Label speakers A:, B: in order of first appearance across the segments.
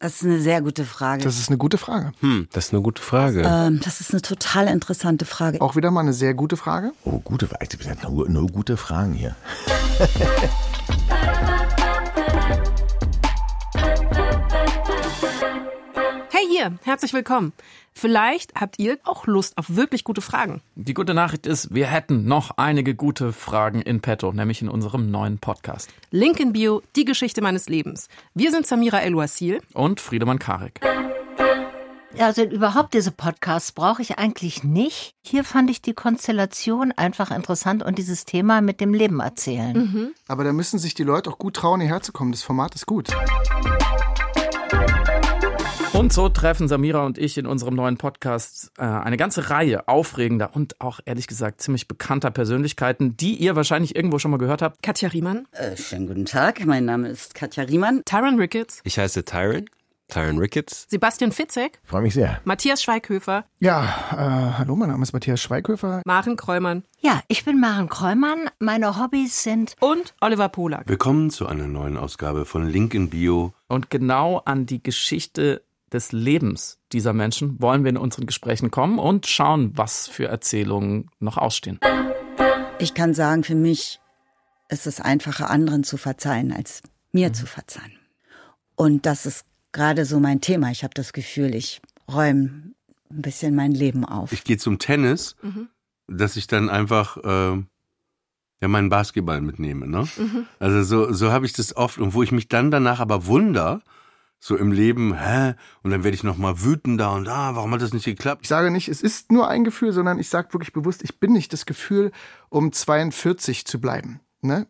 A: Das ist eine sehr gute Frage.
B: Das ist eine gute Frage.
C: Hm, das ist eine gute Frage.
A: Ähm, das ist eine total interessante Frage.
B: Auch wieder mal eine sehr gute Frage.
D: Oh, gute Frage. Nur, nur gute Fragen hier.
E: Hey ihr, herzlich willkommen. Vielleicht habt ihr auch Lust auf wirklich gute Fragen.
F: Die gute Nachricht ist, wir hätten noch einige gute Fragen in petto, nämlich in unserem neuen Podcast.
E: Link in Bio, die Geschichte meines Lebens. Wir sind Samira El-Wassil.
F: Und Friedemann Karik.
G: Also überhaupt diese Podcasts brauche ich eigentlich nicht. Hier fand ich die Konstellation einfach interessant und dieses Thema mit dem Leben erzählen.
B: Aber da müssen sich die Leute auch gut trauen, hierher zu kommen. Das Format ist gut.
F: Und so treffen Samira und ich in unserem neuen Podcast äh, eine ganze Reihe aufregender und auch ehrlich gesagt ziemlich bekannter Persönlichkeiten, die ihr wahrscheinlich irgendwo schon mal gehört habt.
E: Katja Riemann,
A: Äh, schönen guten Tag, mein Name ist Katja Riemann.
E: Tyron Ricketts,
C: Ich heiße Tyron, Tyron Ricketts.
E: Sebastian Fitzek,
D: Freue mich sehr.
E: Matthias Schweighöfer,
B: Ja, äh, hallo, mein Name ist Matthias Schweighöfer.
E: Maren Kräumann
G: Ja, ich bin Maren Kräumann. Meine Hobbys sind
E: und Oliver Polak.
H: Willkommen zu einer neuen Ausgabe von Link in Bio.
F: Und genau an die Geschichte des Lebens dieser Menschen wollen wir in unseren Gesprächen kommen und schauen, was für Erzählungen noch ausstehen.
A: Ich kann sagen, für mich ist es einfacher, anderen zu verzeihen, als mir zu verzeihen. Und das ist gerade so mein Thema. Ich habe das Gefühl, ich räume ein bisschen mein Leben auf.
H: Ich gehe zum Tennis,
E: Mhm.
H: dass ich dann einfach äh, ja meinen Basketball mitnehme. Ne? Also so, so habe ich das oft und wo ich mich dann danach aber wunder, so im Leben, hä? Und dann werde ich nochmal wütender und ah, warum hat das nicht
B: Ich
H: geklappt?
B: sage nicht, es ist nur ein Gefühl, sondern ich sage wirklich bewusst, ich bin nicht das Gefühl, um 42 zu bleiben. Ne?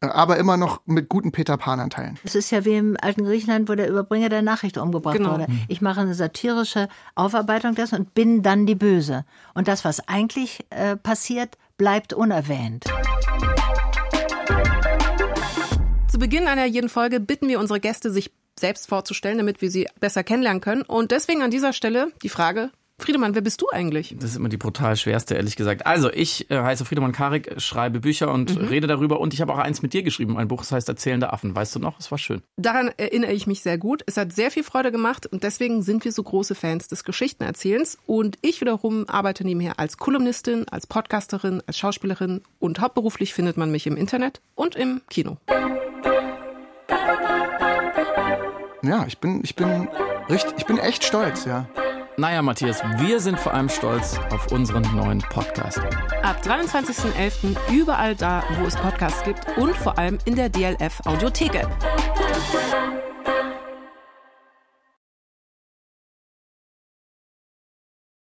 B: Äh, Aber immer noch mit guten Peter Pan-Anteilen.
G: Es ist ja wie im alten Griechenland, wo der Überbringer der Nachricht umgebracht
E: Genau.
G: wurde. Ich mache eine satirische Aufarbeitung dessen und bin dann die Böse. Und das, was eigentlich äh, passiert, bleibt unerwähnt.
E: Zu Beginn einer jeden Folge bitten wir unsere Gäste, sich selbst vorzustellen, damit wir sie besser kennenlernen können. Und deswegen an dieser Stelle die Frage, Friedemann, wer bist du eigentlich?
F: Das ist immer die brutal schwerste, ehrlich gesagt. Also, ich äh, heiße Friedemann Karik, schreibe Bücher und rede darüber. Und ich habe auch eins mit dir geschrieben, ein Buch, das heißt Erzählende Affen. Weißt du noch? Es war schön.
E: Daran erinnere ich mich sehr gut. Es hat sehr viel Freude gemacht und deswegen sind wir so große Fans des Geschichtenerzählens. Und ich wiederum arbeite nebenher als Kolumnistin, als Podcasterin, als Schauspielerin und hauptberuflich findet man mich im Internet und im Kino.
B: Ja, ich bin, ich bin richtig, ich bin echt stolz, ja.
F: Naja, Matthias, wir sind vor allem stolz auf unseren neuen Podcast.
E: Ab 23.11. überall da, wo es Podcasts gibt und vor allem in der DLF Audiothek-App.